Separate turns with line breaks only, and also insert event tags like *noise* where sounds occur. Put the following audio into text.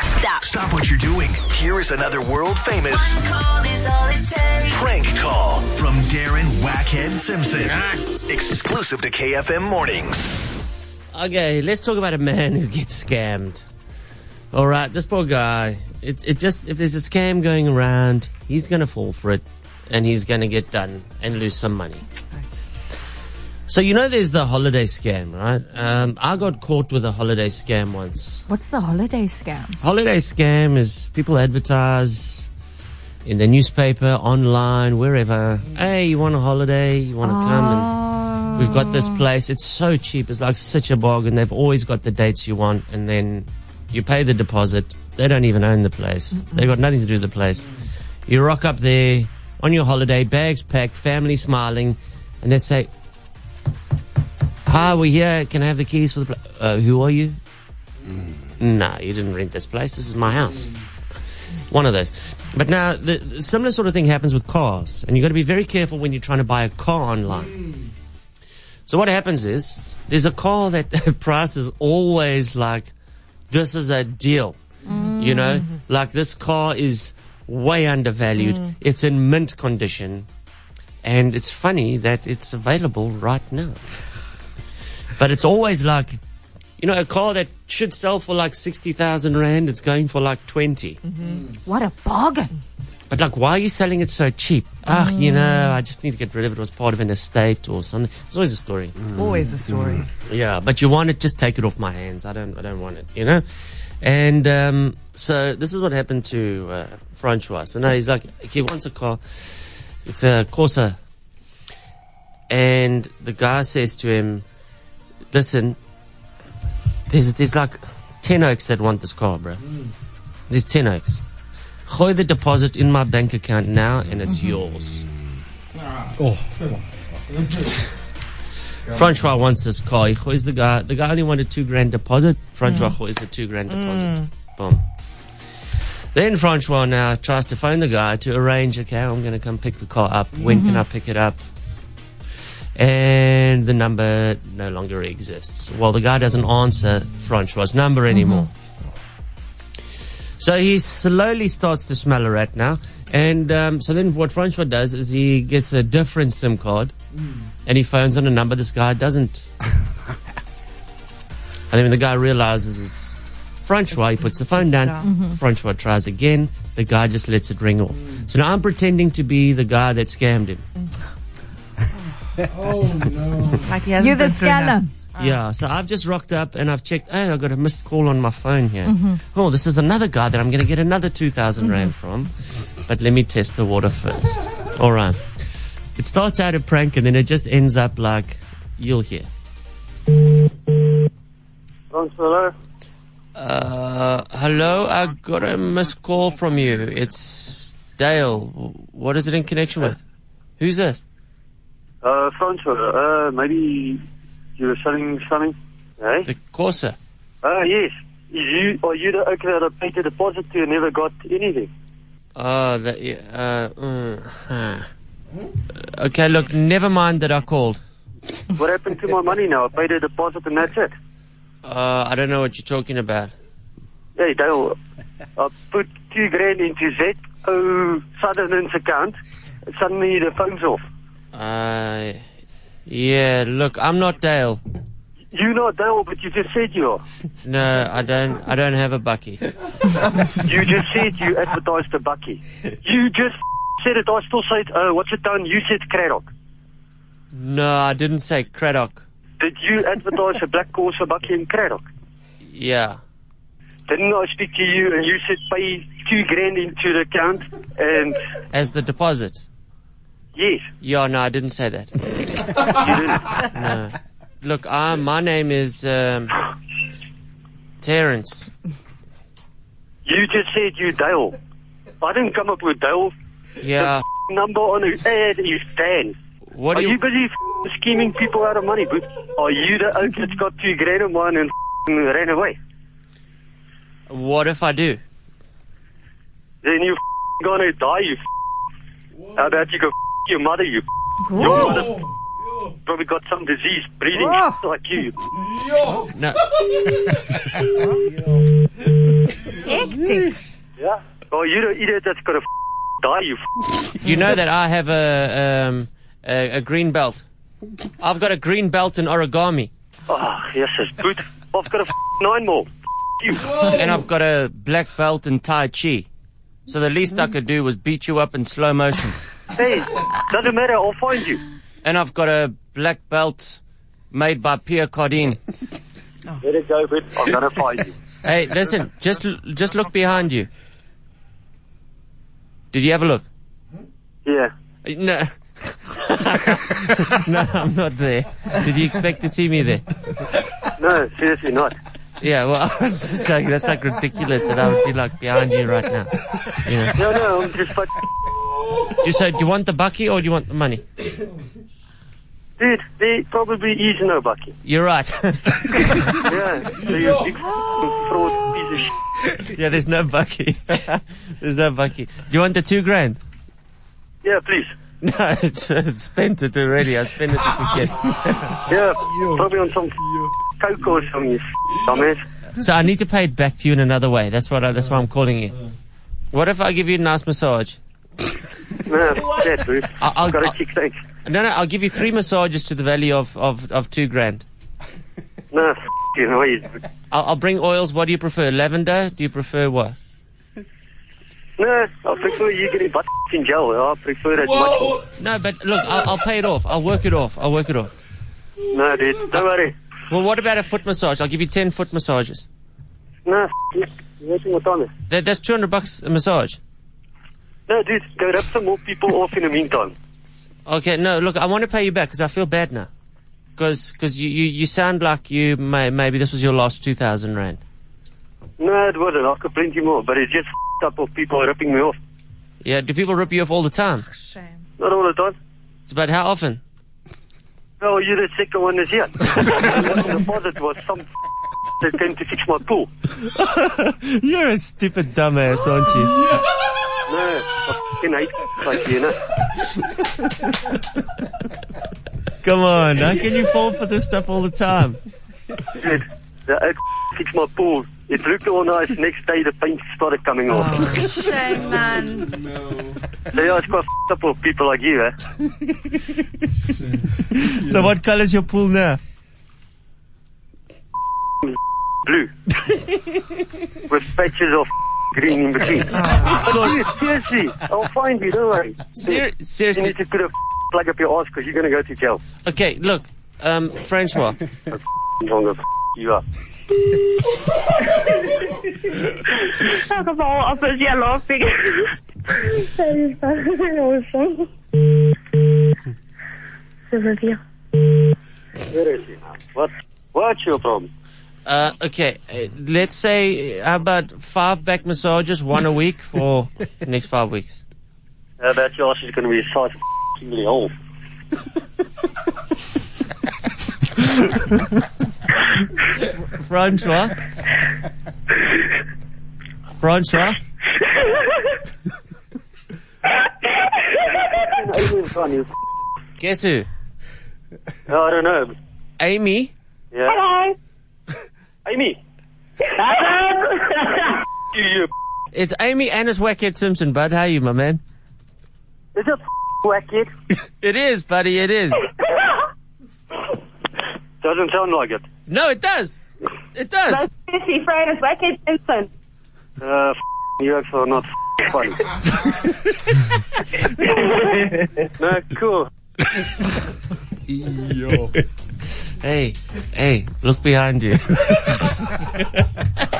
Stop what you're doing. Here is another world famous prank call from Darren Wackhead Simpson. Exclusive to KFM Mornings.
Okay, let's talk about a man who gets scammed. All right, this poor guy. It, it just if there's a scam going around, he's gonna fall for it, and he's gonna get done and lose some money. So you know, there's the holiday scam, right? Um, I got caught with a holiday scam once.
What's the holiday scam?
Holiday scam is people advertise in the newspaper, online, wherever. Hey, you want a holiday? You want to
Oh.
come? And we've got this place. It's so cheap. It's like such a bargain. They've always got the dates you want, and then you pay the deposit. They don't even own the place. They've got nothing to do with the place. You rock up there on your holiday, bags packed, family smiling, and they say, "Hi, we're here. Can I have the keys for the place? Uh, who are you? no, you didn't rent this place. This is my house. One of those. But now, the, the similar sort of thing happens with cars, and you've got to be very careful when you're trying to buy a car online. So what happens is there's a car that *laughs* the price is always like, this is a deal. You know, like this car is way undervalued. It's in mint condition, and it's funny that it's available right now. but it's always like, you know, a car that should sell for like sixty thousand rand, it's going for like twenty.
What a bargain!
But like, why are you selling it so cheap? Ah, you know,
Mm.
I just need to get rid of it. It was part of an estate or something. There's always a story.
Mm.
Mm.
Always a story.
Yeah, but you want it, just take it off my hands. I don't, I don't want it, you know. And um, so this is what happened to uh, Francois. So now he's like, he wants a car. It's a Corsa, and the guy says to him, "Listen, there's there's like ten oaks that want this car, bro.
Mm.
There's ten oaks. Gooi the deposit in my bank account now, and it's yours." Francois wants this car. He is the guy. The guy only wanted two grand deposit. Francois is the two grand deposit. Boom. Then Francois now tries to phone the guy to arrange. Okay, I'm going to come pick the car up. When can I pick it up? And the number no longer exists. Well, the guy doesn't answer Francois' number anymore. So he slowly starts to smell a rat now. And um, so then what Francois does is he gets a different SIM card and he phones on a number this guy doesn't. and then when the guy realizes it's Francois, he puts the phone down. Francois tries again. The guy just lets it ring off. So now I'm pretending to be the guy that scammed him.
Like he hasn't
You're the
been through enough.
scallop.
Yeah, so I've just rocked up and I've checked. Hey, I've got a missed call on my phone here. Oh, this is another guy that I'm going to get another 2,000 Rand from. But let me test the water first. All right. It starts out a prank and then it just ends up like you'll hear.
Hello.
Uh, hello, I got a missed call from you. It's Dale. W- What is it in connection with? Who's this?
Uh, Francois, uh, maybe you were selling something? Hey?
The Corsa.
Uh, yes. You, oh, are you the okay that I uh, paid the deposit to and never got anything?
Oh, that, yeah, uh, mm, huh. Okay, look, never mind that I called.
What happened to my money now? I paid a deposit and that's it.
Uh, I don't know what you're talking about.
Hey, Dale, I put two grand into ZO Sutherland's account. Suddenly the phone's off.
Uh, yeah, look, I'm not Dale.
You not Dale, but you just said you are.
No, I don't, I don't have a bucky.
You just said you advertised the bucky. You just said it. I still said, uh, what's it done? You said Craddock.
No, I didn't say Craddock.
Did you advertise a *laughs* black horse for bucky in Craddock?
Yeah.
Didn't I speak to you and you said pay two grand into the account? And
As the deposit.
yes,
Yeah, no, I didn't say that. *laughs*
you didn't.
Look, I, my name is, um, Terrence.
You just said you Dale. I didn't come up with Dale.
Yeah.
Number on the ad is Dan.
What
Are
do
you
you,
busy f- scheming people out of money? But are you the oak that's got two grand in one and f- ran away?
what if I do?
Then you f- gonna die, you f- How about you go f- your mother, you f- Your mother f- probably got some disease breathing
Oh.
like you.
No.
Hectic.
Yeah. Oh, you're an idiot that's got to die, you.
You know that I have a, um, a, a green belt. I've got a green belt in origami.
Oh, yes, it's good. I've got a nine more. You.
And I've got a black belt in Tai Chi. So the least I could do was beat you up in slow motion.
Hey, doesn't matter. I'll find you.
And I've got a black belt made by Pierre Cardin.
Let it go, but I'm gonna find you.
Hey, listen, just l- just look behind you. Did you have a look?
Yeah.
No. *laughs* no, I'm not there. Did you expect to see me there?
No, seriously not.
Yeah, well, *laughs* I was just joking. That's like ridiculous that I would be like behind you right now. You know?
No, no, I'm just fucking.
You said, do you want the bucky or do you want the money?
Dude, there probably is no bucky.
You're right. *laughs*
Yeah, so you big f***ing fraud piece of shit.
yeah, there's no bucky. *laughs* there's no bucky. Do you want the two grand? *laughs*
Yeah, please.
No, it's, it's spent it already. I spent it this weekend.
Yeah, probably on some f- coke or something, you f- dumbass.
So I need to pay it back to you in another way. That's what. I, that's why I'm calling you. What if I give you a nice massage?
No, yeah, dude.
I- I'll-
I've got
I'll-
a chick thanks.
No, no. I'll give you three massages to the value of of, of two grand.
No, f- you know, you-
I'll, I'll bring oils. What do you prefer? Lavender? Do you prefer what?
no, I prefer you getting butt *laughs* in jail. I prefer that much more.
No, but look, I'll, I'll pay it off. I'll work it off. I'll work it off.
No, dude, don't worry.
Well, what about a foot massage? I'll give you ten foot massages.
*laughs* No, f- you- you're wasting my time.
That, that's two hundred bucks a massage.
No, dude, go rip some more people off in the meantime.
Okay, no, look, I want to pay you back because I feel bad now. Because you, you, you sound like you may, maybe this was your last 2,000 rand.
No, it wasn't. I've got plenty more, but it's just *laughs* f- up of people ripping me off.
Yeah, do people rip you off all the time?
Shame.
Not all the time.
It's about how often?
Oh, you're the second one *laughs* this year. the deposit was some *laughs* f- that came to fix my pool.
You're a stupid dumbass, aren't you?
No, *laughs* I fucking hate like you know.
Come on, how can you fall for this stuff all the time?
Dude, the oak fix my pool. It looked all nice. Next day, the paint started coming off.
Oh, Shame, man.
So yeah, it's quite f- up of people like you, eh?
So, what color's your pool now?
Blue. With patches of green in between.
Oh.
But dude, seriously, I'll find you, don't worry.
Ser-
You
seriously.
need to put a f- plug up your ass because you're going to go to jail.
Okay, look, um, Francois.
Longer f- you are.
Talk about offers you're laughing. that is fucking awesome. Olivia.
Seriously, man. What, what's your problem?
Uh, okay, uh, let's say uh, how about five back massages, one a week for the next five weeks.
Uh, that your ass is going to be a size f***ing Oh. *laughs* hole.
Francois, Francois,
Alien son, you f-
guess who?
Oh, I don't know.
Amy.
Yeah.
Hello.
Amy, *laughs* you, you.
It's Amy and it's Wackhead Simpson, bud. How you, my man?
Is it wacky?
It is, buddy. It is.
Doesn't sound like it.
No, it does. It does.
Missy Fran is back in Vincent.
Uh, f- you actually are not f- funny. *laughs* no, cool.
Hey, hey, look behind you.